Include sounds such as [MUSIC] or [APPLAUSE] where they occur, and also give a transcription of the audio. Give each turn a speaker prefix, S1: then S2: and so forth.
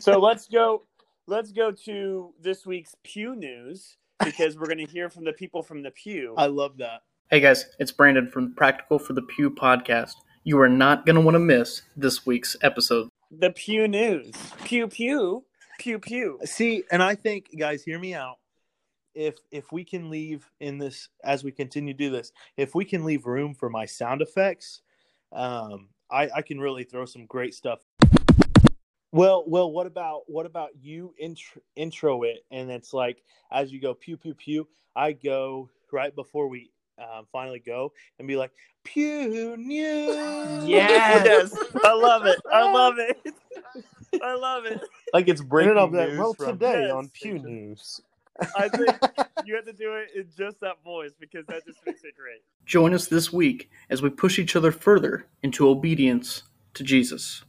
S1: so let's go. Let's go to this week's Pew News because we're going to hear from the people from the Pew.
S2: I love that.
S3: Hey guys, it's Brandon from Practical for the Pew podcast. You are not going to want to miss this week's episode.
S1: the Pew News. Pew pew pew pew.
S2: See, and I think guys, hear me out. If if we can leave in this as we continue to do this, if we can leave room for my sound effects, um, I, I can really throw some great stuff. Well, well, what about what about you intro, intro it and it's like as you go pew pew pew, I go right before we um, finally go and be like pew news.
S1: Yes, I love it. I love it. I love it.
S2: [LAUGHS] like it's
S4: And
S2: breaking
S4: then I'll be like,
S2: news
S4: well,
S2: from-
S4: today
S1: Yes.
S4: on Pew News.
S1: I think you have to do it in just that voice because that just makes it great.
S3: Join us this week as we push each other further into obedience to Jesus.